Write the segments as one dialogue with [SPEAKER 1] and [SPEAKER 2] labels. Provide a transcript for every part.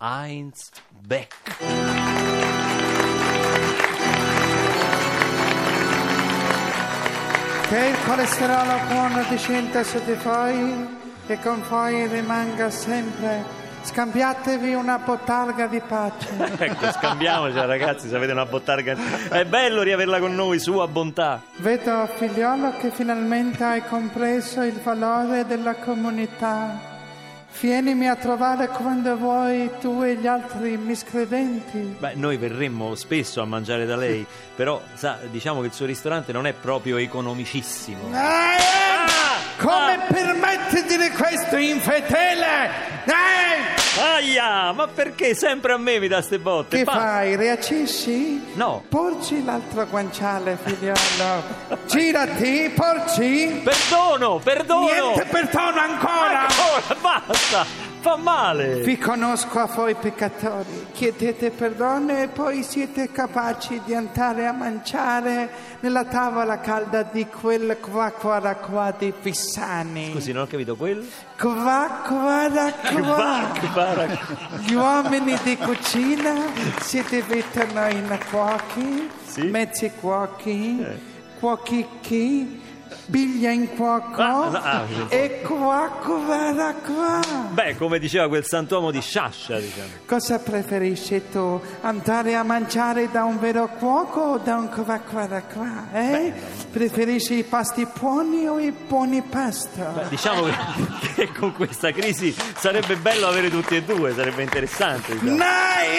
[SPEAKER 1] Heinz Beck.
[SPEAKER 2] Che il colesterolo buono di scelta soddifoi e con voi rimanga sempre. Scambiatevi una bottarga di pace.
[SPEAKER 1] Ecco, scambiamocela ragazzi, se avete una bottarga. È bello riaverla con noi, sua bontà.
[SPEAKER 2] Vedo, figliolo, che finalmente hai compreso il valore della comunità. Vienimi a trovare quando vuoi tu e gli altri miscredenti.
[SPEAKER 1] Beh, noi verremmo spesso a mangiare da lei, però sa, diciamo che il suo ristorante non è proprio economicissimo.
[SPEAKER 2] Come permetti di dire questo, infedele? Eh!
[SPEAKER 1] Aia, ma perché sempre a me mi dà ste botte?
[SPEAKER 2] Che
[SPEAKER 1] Pa-
[SPEAKER 2] fai? Reacisci?
[SPEAKER 1] No.
[SPEAKER 2] Porci l'altro guanciale, figliolo. Girati, porci.
[SPEAKER 1] Perdono, perdono!
[SPEAKER 2] Niente perdono ancora.
[SPEAKER 1] Ancora, basta! Fa male!
[SPEAKER 2] Vi conosco a voi peccatori, chiedete perdono e poi siete capaci di andare a mangiare nella tavola calda di quel quacquara qua di Fissani.
[SPEAKER 1] Così non ho capito quello.
[SPEAKER 2] Quacquara qua.
[SPEAKER 1] Bac, barac.
[SPEAKER 2] Gli uomini di cucina si diventano in cuochi,
[SPEAKER 1] Sì. Eh.
[SPEAKER 2] mezzi cuochi, cuochichi, biglia in cuoco
[SPEAKER 1] Ah, ah, ah.
[SPEAKER 2] e quacquara qua.
[SPEAKER 1] Beh, come diceva quel santuomo di Sciascia, diciamo.
[SPEAKER 2] Cosa preferisci tu? Andare a mangiare da un vero cuoco o da un quacquara qua? Eh? Preferisci i pasti buoni o i buoni pasta?
[SPEAKER 1] Diciamo che, che con questa crisi sarebbe bello avere tutti e due, sarebbe interessante. Diciamo.
[SPEAKER 2] Dai!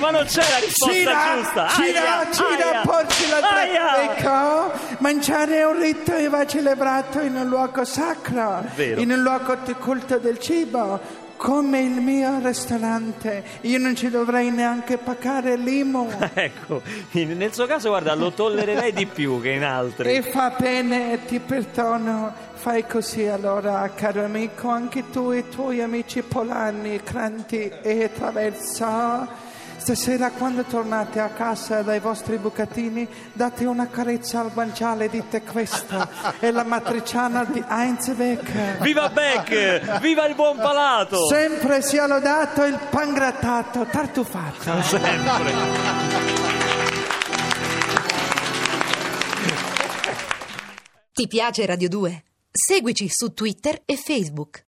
[SPEAKER 1] Ma non c'è la risposta
[SPEAKER 2] Gira,
[SPEAKER 1] giusta!
[SPEAKER 2] gira,
[SPEAKER 1] Aia,
[SPEAKER 2] gira,
[SPEAKER 1] aia,
[SPEAKER 2] porci la
[SPEAKER 1] aia.
[SPEAKER 2] tra- ecco, mangiare è un rito e va celebrato in un luogo sacro,
[SPEAKER 1] Vero.
[SPEAKER 2] in un luogo di culto del cibo, come il mio ristorante. Io non ci dovrei neanche pagare l'IMU.
[SPEAKER 1] Ecco, in- nel suo caso, guarda, lo tollererei di più che in altri.
[SPEAKER 2] E fa bene, e ti perdono. Fai così allora, caro amico, anche tu e i tuoi amici polani, cranti e traversa. Stasera quando tornate a casa dai vostri bucatini date una carezza al guanciale, dite questa è la matriciana di Heinz Beck.
[SPEAKER 1] Viva Beck! Viva il buon palato!
[SPEAKER 2] Sempre sia lodato il pangrattato, tartufato.
[SPEAKER 1] Sempre.
[SPEAKER 3] Ti piace Radio 2? Seguici su Twitter e Facebook.